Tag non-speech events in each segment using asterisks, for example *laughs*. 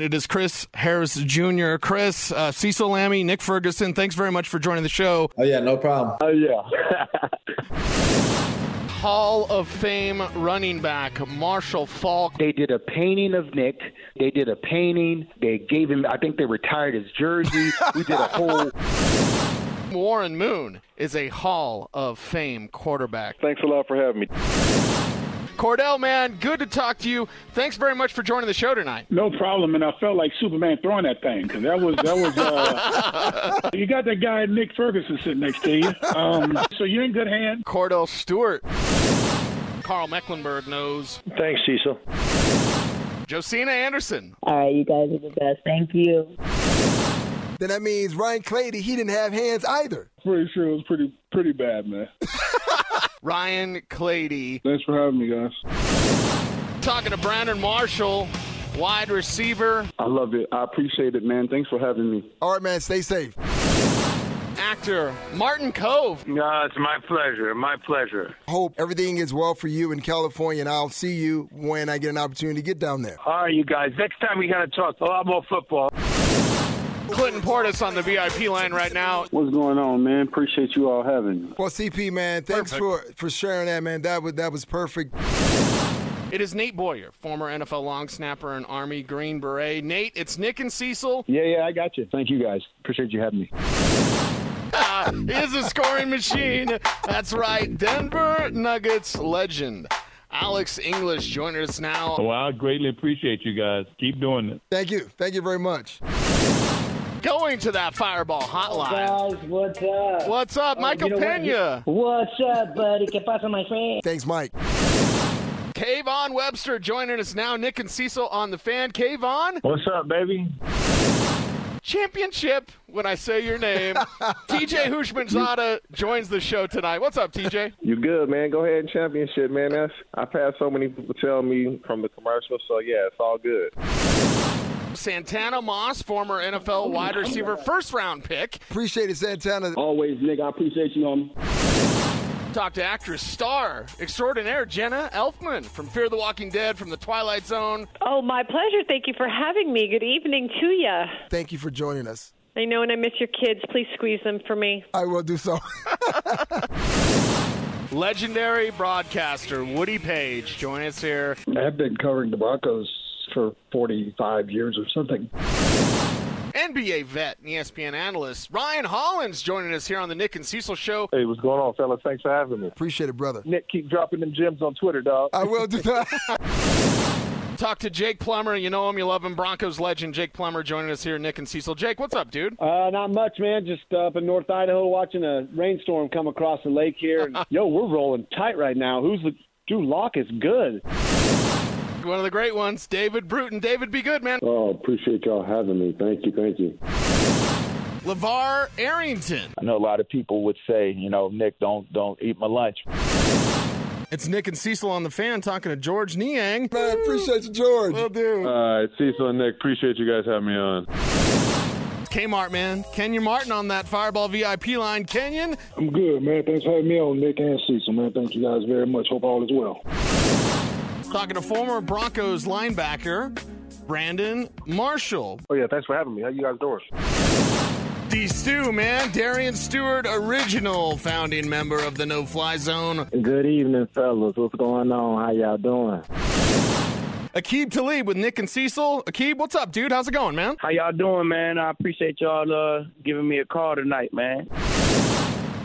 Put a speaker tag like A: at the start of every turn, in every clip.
A: It is Chris Harris Jr. Chris, uh, Cecil Lammy, Nick Ferguson, thanks very much for joining the show.
B: Oh yeah, no problem.
C: Oh yeah.
A: Hall of Fame running back Marshall Falk.
C: *laughs* they did a painting of Nick. They did a painting. They gave him. I think they retired his jersey. we did a whole.
A: Warren Moon is a Hall of Fame quarterback.
D: Thanks a lot for having me.
A: Cordell, man, good to talk to you. Thanks very much for joining the show tonight.
E: No problem, and I felt like Superman throwing that thing because that was that was. Uh,
F: *laughs*
E: you got that guy Nick Ferguson sitting next to you, um, so you're in good hands.
A: Cordell Stewart. Carl Mecklenburg knows.
D: Thanks, Cecil.
A: Josina Anderson.
G: All right, you guys are the best. Thank you.
H: Then that means Ryan Clady, he didn't have hands either.
E: Pretty sure it was pretty pretty bad, man.
A: Ryan Clady.
E: Thanks for having me, guys.
A: Talking to Brandon Marshall, wide receiver,
E: I love it. I appreciate it, man. Thanks for having me.
H: All right, man, stay safe.
A: actor Martin Cove.
F: No, it's my pleasure. My pleasure.
H: Hope everything is well for you in California, and I'll see you when I get an opportunity to get down there.
F: All right, you guys. Next time we got to talk a lot more football.
A: Clinton Portis on the VIP line right now.
E: What's going on, man? Appreciate you all having me.
H: Well, CP, man, thanks for, for sharing that, man. That was, that was perfect.
A: It is Nate Boyer, former NFL long snapper and Army Green Beret. Nate, it's Nick and Cecil.
E: *laughs* Yeah, yeah, I got you. Thank you, guys. Appreciate you having me.
A: Uh, he is a scoring machine. That's right, Denver Nuggets legend. Alex English joining us now.
I: Well, I greatly appreciate you guys. Keep doing it.
H: Thank you. Thank you very much.
A: Going to that fireball hotline.
G: Guys, what's up? Uh,
A: What's up, Michael
G: you know what?
A: Pena?
G: What's up, buddy? ¿Qué pasa, my friend?
H: Thanks, Mike.
A: Kayvon Webster joining us now. Nick and Cecil on the fan. Kayvon,
F: What's up, baby?
A: championship when I say your name. TJ Hushmanzada joins the show tonight. What's up, TJ?
D: You good, man? Go ahead and championship, man. That's I've had so many people tell me from the commercial, so yeah, it's all good.
A: Santana Moss, former NFL wide receiver, first round pick.
H: Appreciate it, Santana.
E: Always, Nick. I appreciate you, homie.
A: Talk to actress star extraordinaire Jenna Elfman from Fear the Walking Dead from The Twilight Zone.
J: Oh, my pleasure. Thank you for having me. Good evening to ya.
H: Thank you for joining us.
J: I know, and I miss your kids. Please squeeze them for me.
H: I will do so. *laughs*
A: Legendary broadcaster Woody Page join us here.
E: I've been covering the Broncos for 45 years or something.
A: NBA vet and E ESPN analyst Ryan Hollins joining us here on the Nick and Cecil show.
D: Hey, what's going on, fellas? Thanks for having me.
H: Appreciate it, brother.
D: Nick, keep dropping them gems on Twitter, dog.
H: I will do that. *laughs*
A: Talk to Jake Plummer. You know him, you love him. Broncos legend Jake Plummer joining us here, Nick and Cecil. Jake, what's up, dude?
E: Uh, not much, man. Just up in North Idaho watching a rainstorm come across the lake here. And, yo, we're rolling tight right now. Who's the Drew Lock is good.
A: One of the great ones, David Bruton. David, be good, man.
E: Oh, appreciate y'all having me. Thank you, thank you.
A: LeVar Arrington.
B: I know a lot of people would say, you know, Nick, don't don't eat my lunch.
A: It's Nick and Cecil on the fan talking to George Niang.
H: Man, appreciate you, George.
A: Will do.
D: All right, Cecil and Nick, appreciate you guys having me on.
A: Kmart, man. Kenyon Martin on that Fireball VIP line. Kenyon,
E: I'm good, man. Thanks for having me on, Nick and Cecil, man. Thank you guys very much. Hope all is well.
A: talking to former Broncos linebacker Brandon Marshall.
D: Oh yeah, thanks for having me. How you guys doing?
A: D. Stew, man. Darian Stewart, original founding member of the No Fly Zone.
E: Good evening, fellas. What's going on? How y'all doing?
A: Akib Talib with Nick and Cecil. Akib, what's up, dude? How's it going, man?
F: How y'all doing, man? I appreciate y'all uh, giving me a call tonight, man.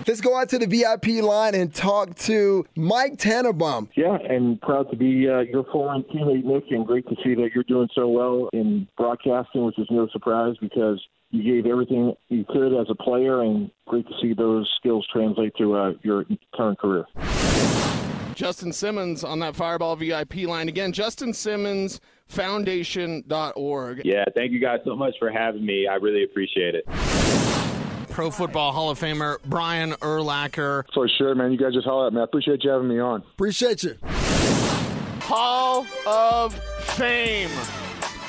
H: Let's go out to the VIP line and talk to Mike Tannenbaum.
E: Yeah, and proud to be uh, your foreign teammate, Nick, and great to see that you're doing so well in broadcasting, which is no surprise because you gave everything you could as a player, and great to see those skills translate to uh, your current career.
A: Justin Simmons on that Fireball VIP line. Again, justinsimmonsfoundation.org.
B: Yeah, thank you guys so much for having me. I really appreciate it.
A: Pro Football Hall of Famer Brian Erlacher.
E: For sure, man. You guys just holler at me. I appreciate you having me on.
H: Appreciate you.
A: Hall of Fame.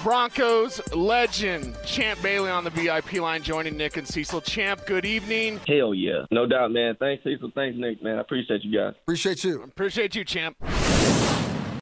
A: Broncos legend Champ Bailey on the VIP line joining Nick and Cecil. Champ, good evening.
F: Hell yeah. No doubt, man. Thanks, Cecil. Thanks, Nick, man. I appreciate you guys.
H: Appreciate you.
A: Appreciate you, Champ.